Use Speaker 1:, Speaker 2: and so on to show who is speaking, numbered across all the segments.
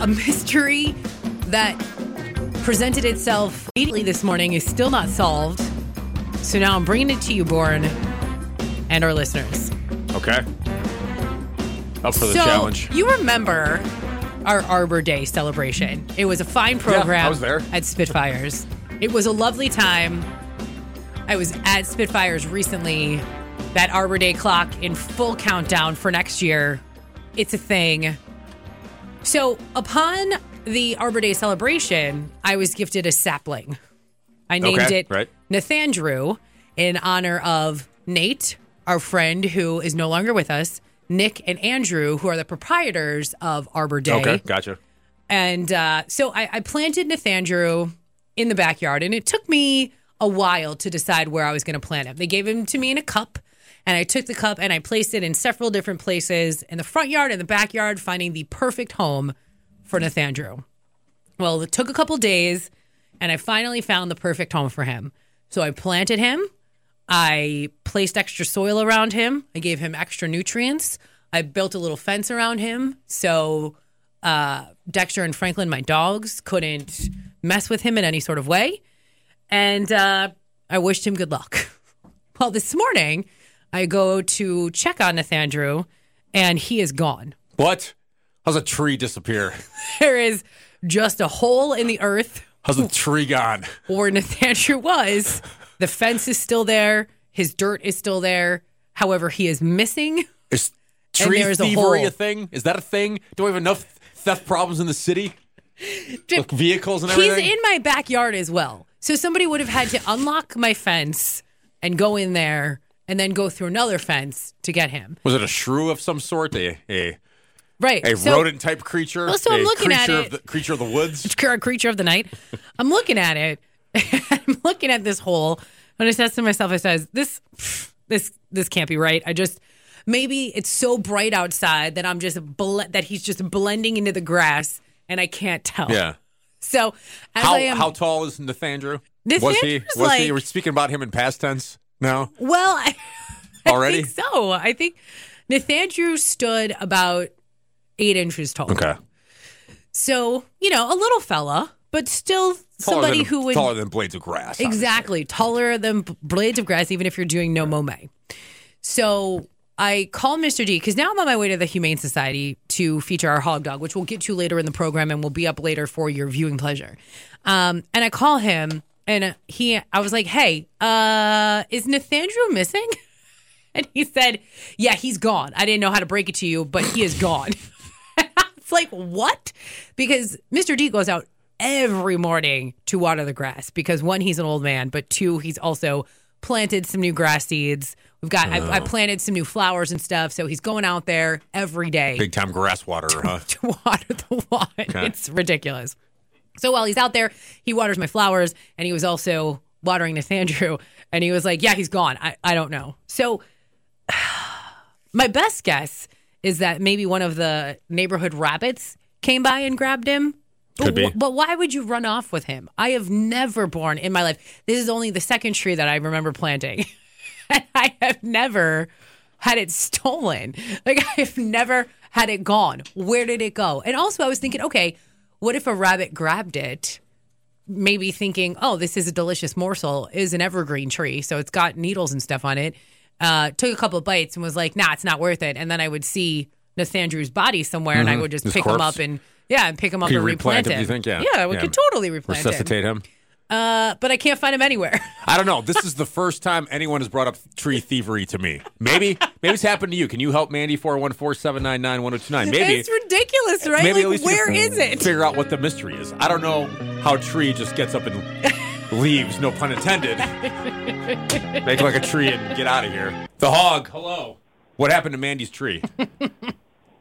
Speaker 1: a mystery that presented itself immediately this morning is still not solved. So now I'm bringing it to you, Born, and our listeners.
Speaker 2: Okay. Up for the
Speaker 1: so
Speaker 2: challenge.
Speaker 1: you remember our Arbor Day celebration? It was a fine program.
Speaker 2: I was there.
Speaker 1: at Spitfires. it was a lovely time. I was at Spitfires recently. That Arbor Day clock in full countdown for next year. It's a thing. So upon the Arbor Day celebration, I was gifted a sapling. I named
Speaker 2: Okay,
Speaker 1: it
Speaker 2: right.
Speaker 1: Nathandrew in honor of Nate, our friend who is no longer with us, Nick and Andrew, who are the proprietors of Arbor Day.
Speaker 2: Okay, gotcha.
Speaker 1: And uh, so I, I planted Nathandrew in the backyard, and it took me a while to decide where I was going to plant him. They gave him to me in a cup, and I took the cup and I placed it in several different places in the front yard and the backyard, finding the perfect home for Nathandrew. Well, it took a couple days, and I finally found the perfect home for him. So I planted him. I placed extra soil around him. I gave him extra nutrients. I built a little fence around him so uh, Dexter and Franklin, my dogs, couldn't mess with him in any sort of way. And uh, I wished him good luck. Well, this morning, I go to check on Nathandrew, and he is gone.
Speaker 2: What? How's a tree disappear?
Speaker 1: There is just a hole in the earth
Speaker 2: How's a tree gone?
Speaker 1: where Nathandrew was. The fence is still there. His dirt is still there. However, he is missing.
Speaker 2: Is tree
Speaker 1: there's a
Speaker 2: thievery
Speaker 1: hole.
Speaker 2: a, thing? Is that a thing? Do we have enough theft problems in the city? Like vehicles and
Speaker 1: He's
Speaker 2: everything?
Speaker 1: in my backyard as well. So somebody would have had to unlock my fence and go in there and then go through another fence to get him.
Speaker 2: Was it a shrew of some sort? A a,
Speaker 1: Right.
Speaker 2: a
Speaker 1: so,
Speaker 2: rodent type creature?
Speaker 1: Well, so I'm
Speaker 2: a
Speaker 1: looking at
Speaker 2: creature
Speaker 1: it.
Speaker 2: of the creature of the woods?
Speaker 1: cur- creature of the night. I'm looking at it. I'm looking at this hole, and I says to myself, I says, "This, this, this can't be right." I just maybe it's so bright outside that I'm just bl- that he's just blending into the grass, and I can't tell.
Speaker 2: Yeah.
Speaker 1: So as
Speaker 2: How
Speaker 1: I am,
Speaker 2: how tall is Nathandrew?
Speaker 1: Nathandrew's
Speaker 2: was he? Was
Speaker 1: like-
Speaker 2: he? We're speaking about him in past tense now
Speaker 1: well, I, I
Speaker 2: already.
Speaker 1: think so. I think Nathandrew stood about eight inches tall.
Speaker 2: Okay.
Speaker 1: So you know, a little fella, but still
Speaker 2: Taller
Speaker 1: somebody
Speaker 2: than,
Speaker 1: who would
Speaker 2: taller than blades of grass.
Speaker 1: Exactly. Taller than b- blades of grass, even if you're doing no mome. So I call Mr. D because now I'm on my way to the Humane Society to feature our hog dog, which we'll get to later in the program and will be up later for your viewing pleasure. Um, and I call him and he, I was like, hey, uh, is Nathandrew missing? And he said, yeah, he's gone. I didn't know how to break it to you, but he is gone. It's like, what? Because Mr. D goes out every morning to water the grass because one, he's an old man, but two, he's also planted some new grass seeds. We've got, I, I planted some new flowers and stuff. So he's going out there every day
Speaker 2: Big time grass waterer, huh?
Speaker 1: to water the lawn. It's ridiculous. So while he's out there, he waters my flowers and he was also watering Nathandrew. And he was like, Yeah, he's gone. I, I don't know. So my best guess is that maybe one of the neighborhood rabbits came by and grabbed him. but,
Speaker 2: Could be.
Speaker 1: but why would you run off with him? I have never borne in my life. This is only the second tree that I remember planting. and I have never had it stolen. Like I've never had it gone. Where did it go? And also I was thinking, okay, what if a rabbit grabbed it? Maybe thinking, oh, this is a delicious morsel, It is an evergreen tree, so it's got needles and stuff on it. Uh, took a couple of bites and was like, nah, it's not worth it. And then I would see Nathandrew's body somewhere, and I would just
Speaker 2: Mm-hmm. His
Speaker 1: pick him
Speaker 2: corpse.
Speaker 1: up and yeah, and pick him up
Speaker 2: Could
Speaker 1: and
Speaker 2: you
Speaker 1: replant
Speaker 2: replant him,
Speaker 1: him.
Speaker 2: do you think? Yeah.
Speaker 1: yeah, we
Speaker 2: Yeah.
Speaker 1: could totally replant him.
Speaker 2: Resuscitate him.
Speaker 1: Uh, but I can't find him anywhere.
Speaker 2: I don't know. This is the first time anyone has brought up tree thievery to me. Maybe maybe it's happened to you. Can you help Mandy 414-799-1029? Maybe
Speaker 1: it's ridiculous, right?
Speaker 2: maybe at
Speaker 1: like,
Speaker 2: least we
Speaker 1: where
Speaker 2: can
Speaker 1: is it?
Speaker 2: Figure out what the mystery is. I don't know how tree just gets up and leaves, no pun intended. Make like a tree and get out of here. The hog, hello. What happened to Mandy's tree?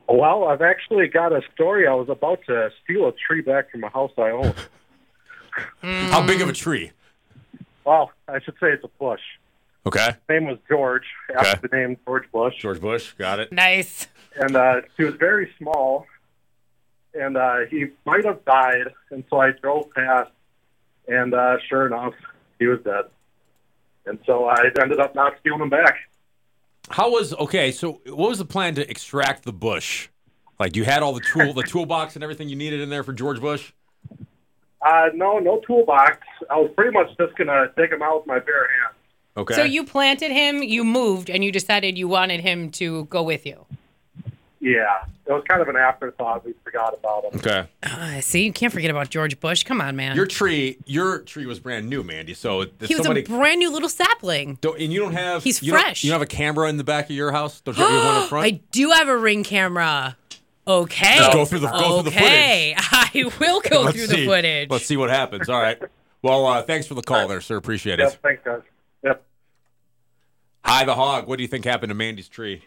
Speaker 3: Well, I've actually got a story. I was about to steal a tree back from a house I own.
Speaker 2: How big of a tree?
Speaker 3: Well, I should say it's a Bush.
Speaker 2: Okay.
Speaker 3: His name was George, after
Speaker 2: Okay.
Speaker 3: the name George Bush.
Speaker 2: George Bush, got it.
Speaker 1: Nice.
Speaker 3: And uh, he was very small, and uh, he might have died. And so I drove past, and uh, sure enough, he was dead. And so I ended up not stealing him back.
Speaker 2: How was okay? So, what was the plan to extract the bush? Like you had all the tool, the toolbox, and everything you needed in there for George Bush.
Speaker 3: Uh, no, no toolbox. I was pretty much just gonna take him out with my bare hands.
Speaker 2: Okay.
Speaker 1: So you planted him, you moved, and you decided you wanted him to go with you.
Speaker 3: Yeah, it was kind of an afterthought. We forgot about him.
Speaker 2: okay.
Speaker 1: Uh, see, you can't forget about George Bush. Come on, man.
Speaker 2: Your tree, your tree was brand new, Mandy. So if
Speaker 1: he was
Speaker 2: somebody,
Speaker 1: a brand new little sapling.
Speaker 2: don't, and you don't have
Speaker 1: He's
Speaker 2: you don't-
Speaker 1: fresh.
Speaker 2: you don't have a camera in the back of your house. Don't you have one in front?
Speaker 1: I do have a ring camera. Okay.
Speaker 2: Let's go through the- go through the
Speaker 1: okay. I will go
Speaker 2: Let's
Speaker 1: through
Speaker 2: see.
Speaker 1: the footage.
Speaker 2: Let's see what happens. All right. Well, uh, thanks for the call there, sir. Appreciate
Speaker 3: Yep.
Speaker 2: it.
Speaker 3: Thanks, guys. Yep.
Speaker 2: Hi, the hog. What do you think happened to Mandy's tree?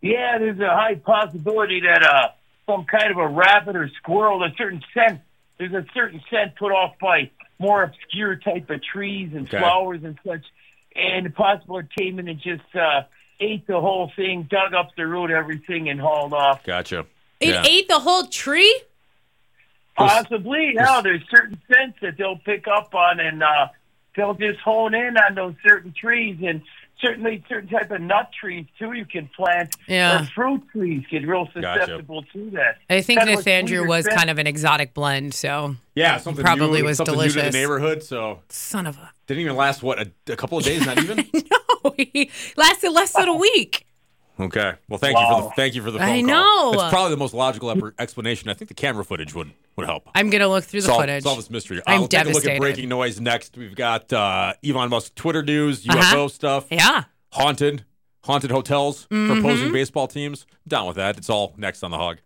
Speaker 4: Yeah, there's a high possibility that uh, some kind of a rabbit or squirrel, a certain scent, there's a certain scent put off by more obscure type of trees and
Speaker 2: Okay.
Speaker 4: flowers and such, and possible it came in and just uh, ate the whole thing, dug up the root, everything, and hauled off.
Speaker 2: Gotcha.
Speaker 1: It
Speaker 2: Yeah.
Speaker 1: ate the whole tree?
Speaker 2: There's-
Speaker 4: Possibly, no. There's certain scents that they'll pick up on, and uh, they'll just hone in on those certain trees, and certainly certain type of nut trees too. You can plant
Speaker 1: Yeah.
Speaker 4: or fruit trees get real susceptible to that.
Speaker 1: I think
Speaker 4: Kinda like
Speaker 1: Nathandrew
Speaker 4: weird
Speaker 1: was
Speaker 4: scent.
Speaker 1: kind of an exotic blend, so
Speaker 2: Yeah, something
Speaker 1: Probably
Speaker 2: new,
Speaker 1: was
Speaker 2: something new to
Speaker 1: delicious.
Speaker 2: the neighborhood. So
Speaker 1: son of a
Speaker 2: didn't even last what a, a couple of days, not even.
Speaker 1: no. He lasted less than a week.
Speaker 2: okay. Well, thank you for the
Speaker 4: Wow.
Speaker 2: thank you for the phone
Speaker 1: I
Speaker 2: call.
Speaker 1: know.
Speaker 2: It's probably the most logical ep- explanation. I think the camera footage would would help.
Speaker 1: I'm gonna look through the
Speaker 2: solve,
Speaker 1: footage.
Speaker 2: solve this mystery.
Speaker 1: I'm
Speaker 2: I'll take a look at
Speaker 1: devastated.
Speaker 2: breaking noise next. We've got uh, Elon Musk Twitter news, UFO
Speaker 1: Uh-huh.
Speaker 2: stuff,
Speaker 1: yeah. Mm-hmm.
Speaker 2: haunted, haunted hotels, proposing baseball teams. Down with that. It's all next on the Hog.